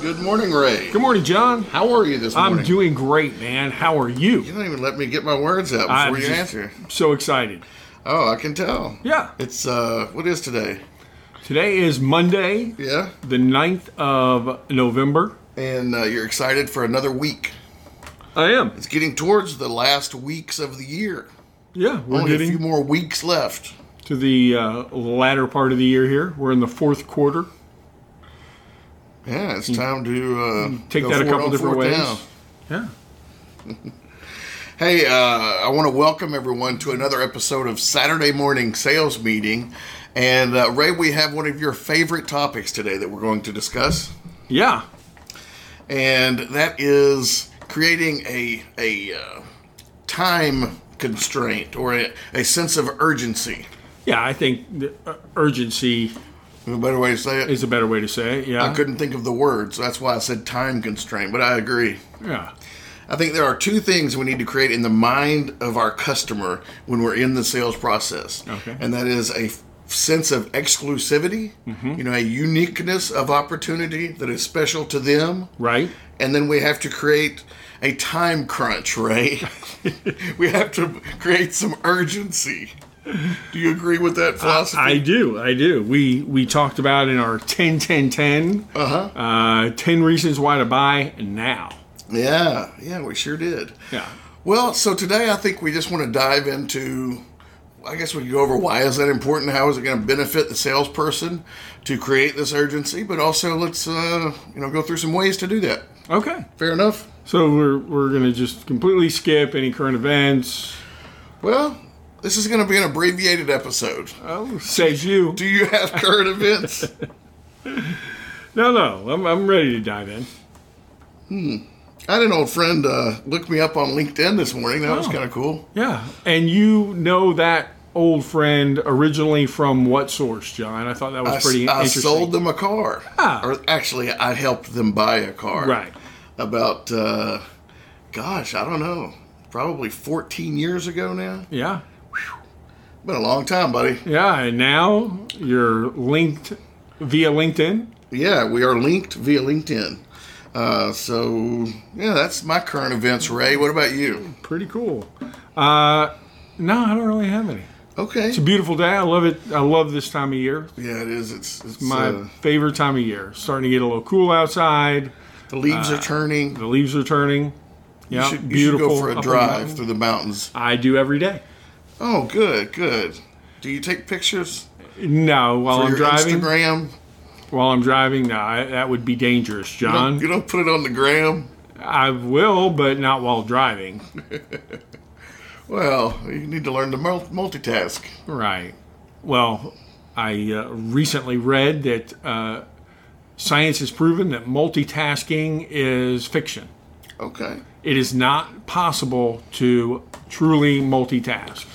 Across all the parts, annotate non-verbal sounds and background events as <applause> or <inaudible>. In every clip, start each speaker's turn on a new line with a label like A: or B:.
A: Good morning, Ray.
B: Good morning, John.
A: How are you this morning?
B: I'm doing great, man. How are you?
A: You don't even let me get my words out before
B: I'm
A: you
B: just
A: answer.
B: So excited.
A: Oh, I can tell.
B: Yeah.
A: It's uh, what is today?
B: Today is Monday,
A: Yeah.
B: the 9th of November.
A: And uh, you're excited for another week.
B: I am.
A: It's getting towards the last weeks of the year.
B: Yeah, we're
A: Only a few
B: getting
A: more weeks left.
B: to the uh, latter part of the year here. We're in the fourth quarter.
A: Yeah, it's time to uh,
B: Hmm. Take
A: go
B: that
A: for
B: a
A: it
B: couple
A: on
B: different
A: fourth
B: ways.
A: down.
B: Yeah.
A: Hey, uh, I want to welcome everyone to another episode of Saturday Morning Sales Meeting. And uh, Ray, we have one of your favorite topics today that we're going to discuss.
B: Yeah.
A: and that is creating a a uh, time constraint or a, a sense of urgency.
B: Yeah, I think the uh, urgency
A: A better way to say it.
B: is a better way to say it. Yeah.
A: I couldn't think of the word, so that's why I said time constraint. But I agree.
B: Yeah.
A: I think there are two things we need to create in the mind of our customer when we're in the sales process,
B: Okay.
A: and that is a f- sense of exclusivity,
B: Mm-hmm.
A: you know, a uniqueness of opportunity that is special to them,
B: Right?
A: and then we have to create a time crunch,
B: <laughs>
A: Ray. we have to create some urgency. Do you agree with that philosophy?
B: I do. I do. We we talked about in our 10 10 10
A: uh-huh.
B: uh, 10 reasons why to buy now.
A: Yeah, yeah, we sure did.
B: Yeah.
A: Well, so today I think we just want to dive into I guess we could go over why is that important? How is it going to benefit the salesperson to create this urgency? But also let's uh, you know go through some ways to do that.
B: Okay.
A: Fair enough.
B: So we're we're gonna just completely skip any current events.
A: Well, this is going to be an abbreviated episode.
B: Oh, says you.
A: Do you have current events?
B: No, no, I'm I'm ready to dive in.
A: I had an old friend uh, look me up on LinkedIn this morning. That was
B: Oh.
A: kind of cool.
B: Yeah, and you know that old friend originally from what source, John? I thought that was
A: I,
B: pretty
A: I
B: interesting.
A: sold them a car.
B: Ah.
A: Or actually, I helped them buy a car.
B: Right.
A: About, uh, gosh, I don't know, probably 14 years ago now.
B: Yeah,
A: Been a long time,
B: <laughs>
A: buddy.
B: yeah, and now you're linked via LinkedIn.
A: Yeah, we are linked via LinkedIn. Uh, so, yeah, that's my current events, Ray. What about you?
B: Pretty cool. Uh, no, I don't really have any.
A: Okay.
B: It's a beautiful day. I love it. I love this time of year.
A: Yeah, it is. It's, it's
B: My
A: uh,
B: favorite time of year. Starting to get a little cool outside.
A: the leaves are turning.
B: The leaves are turning.
A: You
B: uh, Yeah,
A: should, you should
B: beautiful.
A: go for
B: up
A: a
B: on the
A: drive
B: mountain.
A: through the mountains.
B: I do every day.
A: Oh, good, good. Do you take pictures
B: No, while
A: for
B: I'm
A: your
B: driving.
A: Instagram?
B: While I'm driving, no, I, that would be dangerous, John.
A: You don't put it on the gram.
B: I will, but not while driving.
A: Well, you need to learn to mul- multitask.
B: Right. Well, I uh, recently read that uh, science has proven that multitasking is fiction.
A: Okay.
B: It is not possible to truly multitask.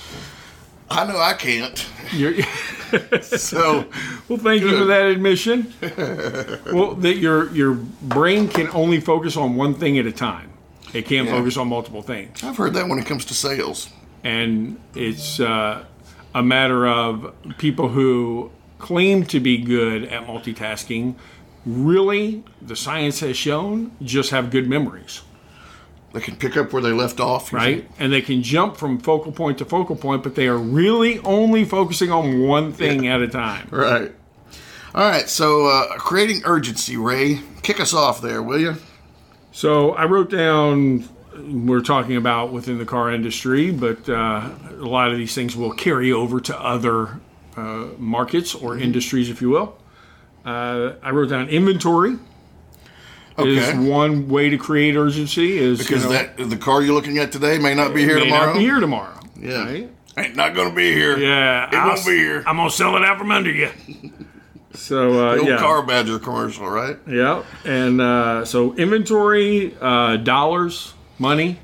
A: I know I
B: <laughs>
A: can't.
B: You're.
A: So,
B: Well, thank you for that admission. well, that your your brain can only focus on one thing at a time. It can't focus on multiple things,
A: I've heard that when it comes to sales.
B: and it's uh, a matter of people who claim to be good at multitasking. Really, the science has shown just have good memories,
A: They can pick up where they left off.
B: right? And they can jump from focal point to focal point, but they are really only focusing on one thing at a time.
A: Right. All right. So, uh, creating urgency, Ray. Kick us off there, will you?
B: So I wrote down. We're talking about within the car industry, but uh, a lot of these things will carry over to other uh, markets or
A: Mm-hmm.
B: industries, if you will. Uh, I wrote down inventory
A: Okay.
B: is one way to create urgency. Is
A: Because that the car you're looking at today may not be here
B: may
A: tomorrow.
B: not be here tomorrow.
A: Yeah.
B: right?
A: Ain't not gonna be here.
B: Yeah,
A: It won't be here.
B: I'm gonna sell it out from under you. so uh,
A: Old
B: yeah,
A: car badger commercial, right?
B: Yeah, and uh, so inventory, uh, dollars, money,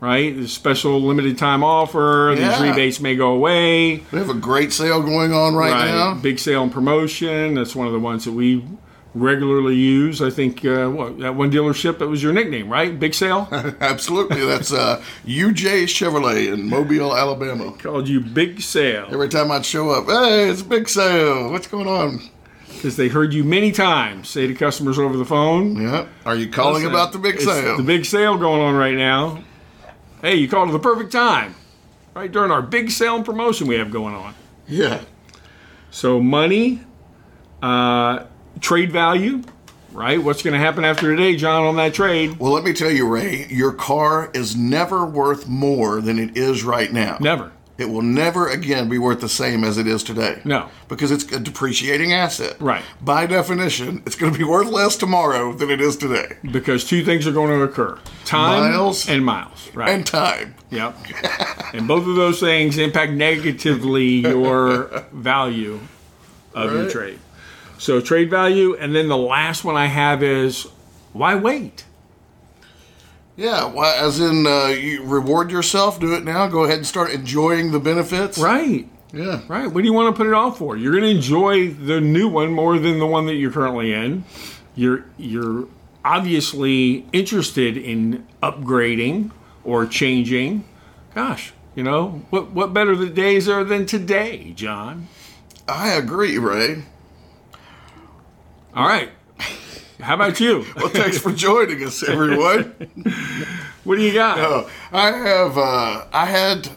B: right? The special limited time offer. These
A: Yeah.
B: rebates may go away.
A: We have a great sale going on right,
B: Right.
A: now.
B: Big sale and promotion. That's one of the ones that we regularly use. I think uh, what, that one dealership that was your nickname, right? Big
A: <laughs>
B: sale
A: <laughs> Absolutely. That's uh, UJ Chevrolet in Mobile, Alabama.
B: called you Big Sale.
A: Every time I'd show up, hey, it's a big sale. What's going on?
B: because they heard you many times say to customers over the phone,
A: Yeah. Are you calling
B: Listen,
A: about the big
B: it's
A: sale?
B: The big sale going on right now. Hey, you called at the perfect time, right during our big sale and promotion we have going on.
A: yeah.
B: So money, uh, trade value, right? What's going to happen after today, John, on that trade?
A: Well, let me tell you, Ray, your car is never worth more than it is right now.
B: Never.
A: It will never again be worth the same as it is today.
B: No.
A: Because it's a depreciating asset.
B: Right.
A: By definition, it's going to be worth less tomorrow than it is today.
B: Because two things are going to occur: time
A: Miles.
B: and miles. Right.
A: And time.
B: yep. and both of those things impact negatively
A: <laughs>
B: your value of your
A: Right.
B: trade. So trade value, and then the last one I have is why wait?
A: Yeah. Why, as in, uh, you reward yourself, do it now, go ahead and start enjoying the benefits.
B: Right.
A: Yeah.
B: Right. What do you want to put it off for? You're going to enjoy the new one more than the one that you're currently in. You're you're obviously interested in upgrading or changing. Gosh, you know what? What better the days are than today, John?
A: I agree, Ray.
B: All right. How about you?
A: Well, thanks for <laughs> joining us, everyone.
B: What do you got?
A: <laughs> Oh, I have. Uh, I had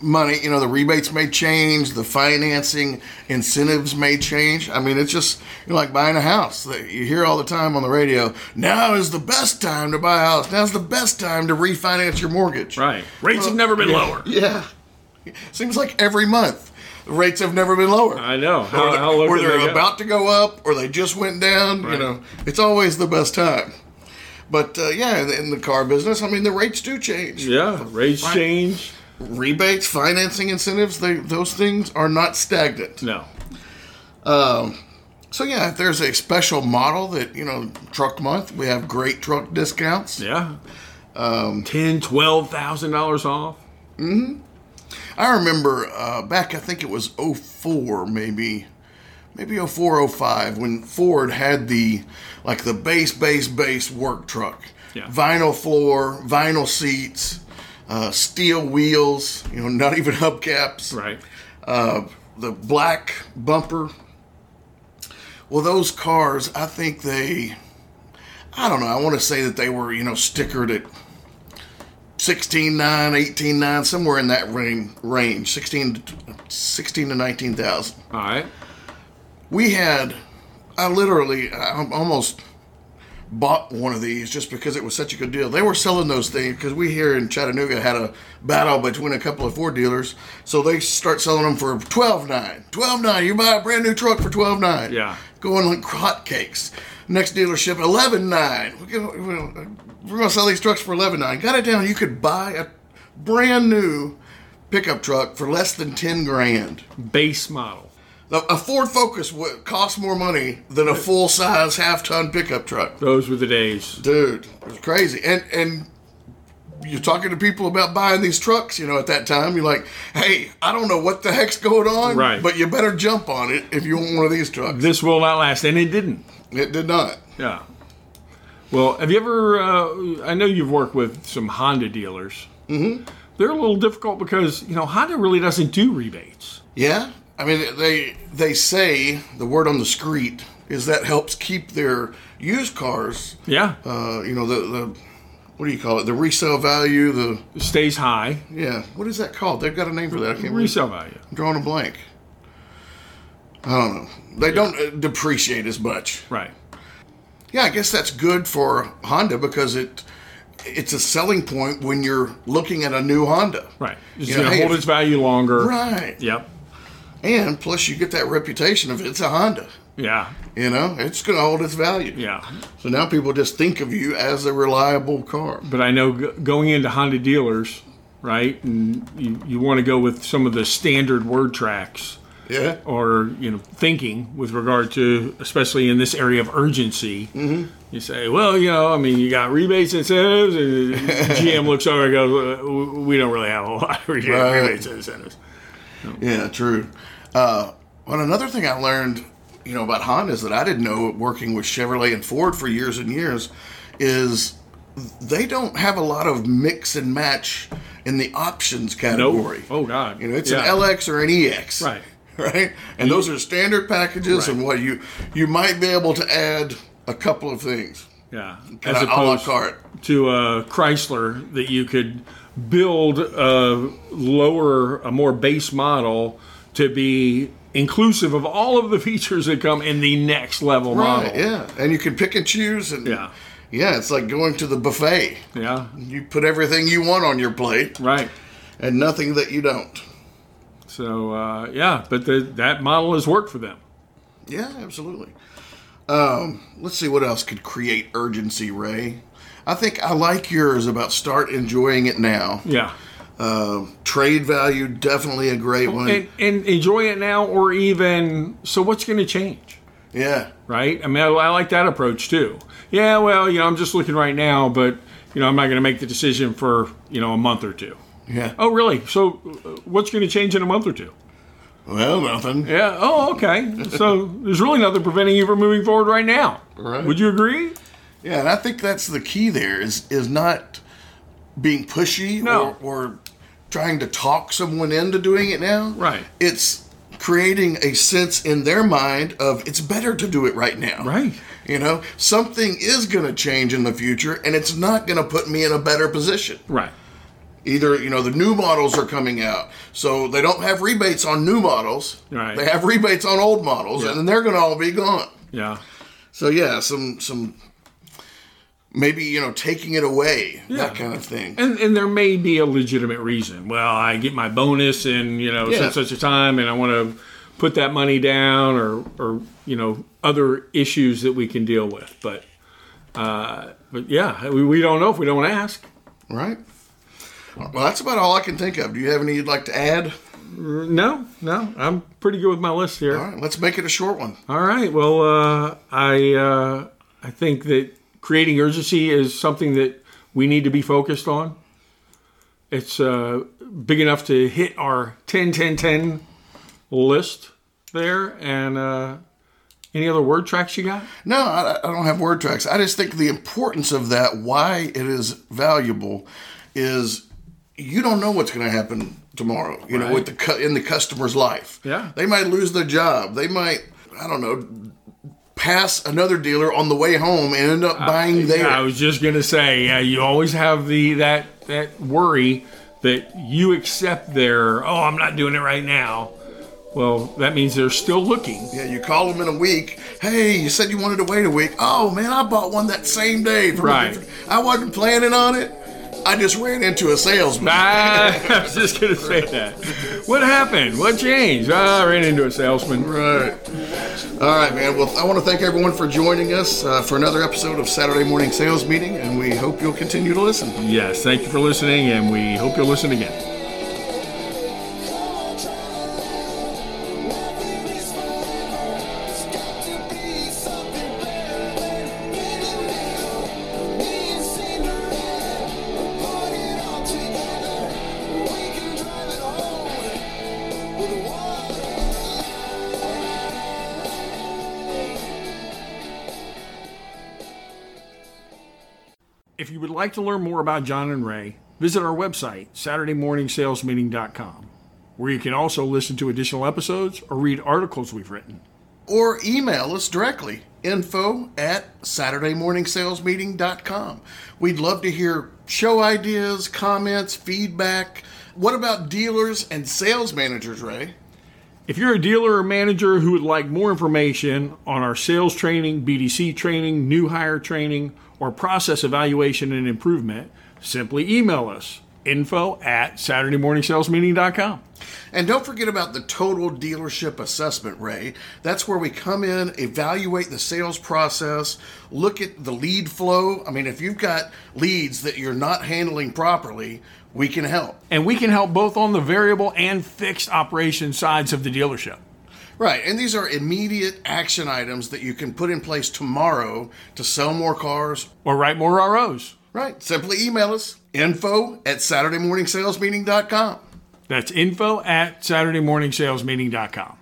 A: money. You know, the rebates may change. The financing incentives may change. I mean, it's just you know, like buying a house. That You hear all the time on the radio. Now is the best time to buy a house. Now's the best time to refinance your mortgage.
B: Right. Rates have never been lower.
A: Yeah. Seems like every month the rates have never been lower.
B: I know. How,
A: Or,
B: how low
A: or
B: did they
A: they're
B: go?
A: about to go up, or they just went down. You
B: Right.
A: know, it's always the best time. But uh, yeah, in the- in the car business, I mean, the rates do change
B: Yeah. Rates
A: Right.
B: change.
A: rebates, financing incentives, they, those things are not stagnant.
B: No.
A: So yeah, if there's a special model that, you know, truck month, we have great truck discounts.
B: Yeah. Um, Ten, twelve thousand dollars off.
A: I remember uh, back I think it was 04 maybe maybe 04 05 when Ford had the like the base base base work truck.
B: Yeah.
A: Vinyl floor, vinyl seats, uh, steel wheels, you know, not even hubcaps.
B: Right.
A: uh, the black bumper. Well, those cars, I think they, I don't know. I want to say that they were, you know, stickered at 16.9, 18.9, somewhere in that range, range 16, to- 16 to 19,000.
B: All right.
A: We had, I literally, I al- almost bought one of these just because it was such a good deal. They were selling those things because we here in Chattanooga had a battle between a couple of Ford dealers, so they start selling them for twelve nine. Twelve nine, you buy a brand new truck for twelve nine.
B: Yeah.
A: going like hotcakes. Next dealership, eleven nine. We're gonna, we're gonna- we're gonna sell these trucks for eleven nine. Got it down. You could buy a brand new pickup truck for less than ten grand.
B: Base model.
A: A a Ford Focus would cost more money than a full size half ton pickup truck.
B: Those were the days.
A: Dude, it was crazy. And and you're talking to people about buying these trucks, you know, at that time. You're like, hey, I don't know what the heck's going on,
B: Right.
A: but you better jump on it if you want one of these trucks.
B: This will not last, and it didn't.
A: It did not.
B: Yeah. Well, have you ever? Uh, I know you've worked with some Honda dealers. Mm-hmm. They're a little difficult because you know Honda really doesn't do rebates.
A: Yeah. I mean they they say the word on the street is that helps keep their used cars
B: Yeah,
A: uh, you know, the, the what do you call it? The resale value, the
B: It stays high.
A: yeah, what is that called? They've got a name for that. I can't remember.
B: Resale value.
A: drawing a blank. I don't know. They don't uh, depreciate as much.
B: Right.
A: Yeah, I guess that's good for Honda because it it's a selling point when you're looking at a new Honda.
B: Right. It's
A: Yeah,
B: gonna
A: hey,
B: hold
A: if-
B: its value longer.
A: Right.
B: Yep.
A: And plus you get that reputation of it's a Honda.
B: Yeah.
A: You know, it's going to hold its value.
B: Yeah.
A: So now people just think of you as a reliable car.
B: But I know g- going into Honda dealers, right, and you, you want to go with some of the standard word tracks.
A: Yeah.
B: or you know thinking with regard to especially in this area of urgency
A: Mm-hmm.
B: you say well you know i mean you got rebates incentives and
A: <laughs>
B: gm looks over and goes uh, w- we don't really have a lot of <laughs> re-
A: Right.
B: rebates and incentives
A: Yeah, true. Uh, well, another thing I learned, you know, about Honda is that I didn't know working with Chevrolet and Ford for years and years is they don't have a lot of mix and match in the options
B: no
A: category.
B: oh god
A: You know, it's
B: Yeah.
A: an LX or an EX.
B: right
A: right? And those are standard packages, and what you you might be able to add a couple of things,
B: Yeah.
A: kind of a la carte.
B: to a Chrysler that you could build a lower, a more base model to be inclusive of all of the <laughs> features that come in the next level
A: Right,
B: model.
A: yeah, and you can pick and choose, and
B: Yeah.
A: yeah, it's like going to the buffet.
B: Yeah.
A: You put everything you want on your plate,
B: Right.
A: and nothing that you don't.
B: So, uh, yeah, but the, that model has worked for them.
A: Yeah, absolutely. Um, let's see what else could create urgency, Ray. I think I like yours about start enjoying it now.
B: Yeah.
A: Um, trade value, definitely a great one.
B: And, and enjoy it now, or even, so what's going to change?
A: yeah,
B: right? I mean, I, I like that approach too. Yeah, well, you know, I'm just looking right now, but you know, I'm not going to make the decision for you know a month or two.
A: yeah.
B: Oh, really? So, uh, what's going to change in a month or two?
A: Well, nothing.
B: Yeah. Oh, okay. so, there's really nothing preventing you from moving forward right now.
A: Right.
B: Would you agree?
A: Yeah, and I think that's the key. There is is not being pushy
B: No.
A: or, or trying to talk someone into doing it now.
B: Right.
A: It's creating a sense in their mind of it's better to do it right now.
B: Right.
A: You know, something is going to change in the future and it's not going to put me in a better position.
B: Right.
A: Either, you know, the new models are coming out. So they don't have rebates on new models.
B: Right.
A: They have rebates on old models and then they're going to all be gone.
B: Yeah.
A: So yeah, some some maybe, you know, taking it away, that kind of thing.
B: And, and there may be a legitimate reason. Well, I get my bonus in you know
A: Yeah.
B: such such a time, and I want to put that money down, or or you know other issues that we can deal with. But uh, but yeah, we, we don't know if we don't ask.
A: Right? Well, that's about all I can think of. Do you have any you'd like to add?
B: No, no, I'm pretty good with my list here.
A: All right, let's make it a short one.
B: All right. Well, uh, I uh, I think that creating urgency is something that we need to be focused on. It's uh, big enough to hit our 10 10 10 list there. And uh, any other word tracks you got?
A: No, I, I don't have word tracks. I just think the importance of that, why it is valuable, is you don't know what's going to happen tomorrow. You know, with the cu- in the customer's life.
B: Yeah.
A: they might lose their job. They might, I don't know, pass another dealer on the way home and end up
B: Uh,
A: buying there.
B: I was just gonna say, yeah, you always have the that that worry that you accept their. Oh, I'm not doing it right now. Well, that means they're still looking.
A: yeah, you call them in a week. Hey, you said you wanted to wait a week. Oh man, I bought one that same day. From a
B: Right.
A: different- I wasn't planning on it. I just ran into a salesman.
B: I, <laughs> I was just gonna say that. What happened? What changed? Ah, I ran into a salesman.
A: Right. All right, man. Well, I want to thank everyone for joining us uh, for another episode of Saturday Morning Sales Meeting, and we hope you'll continue to listen.
B: Yes, thank you for listening, and we hope you'll listen again.
C: With water.
B: If you would like to learn more about John and Ray, visit our website, SaturdayMorningSalesMeeting.com, where you can also listen to additional episodes or read articles we've written.
A: Or email us directly info at SaturdayMorningSalesMeeting.com. We'd love to hear show ideas, comments, feedback. What about dealers and sales managers, Ray?
B: If you're a dealer or manager who would like more information on our sales training, BDC training, new hire training, or process evaluation and improvement, simply email us info at SaturdayMorningSalesMeeting.com.
A: And don't forget about the total dealership assessment, Ray. That's where we come in, evaluate the sales process, look at the lead flow. I mean, if you've got leads that you're not handling properly, we can help.
B: And we can help both on the variable and fixed operation sides of the dealership.
A: Right. And these are immediate action items that you can put in place tomorrow to sell more cars.
B: Or write more ROs.
A: Right. Simply email us info at SaturdayMorningSalesMeeting.com.
B: That's info at SaturdayMorningSalesMeeting.com.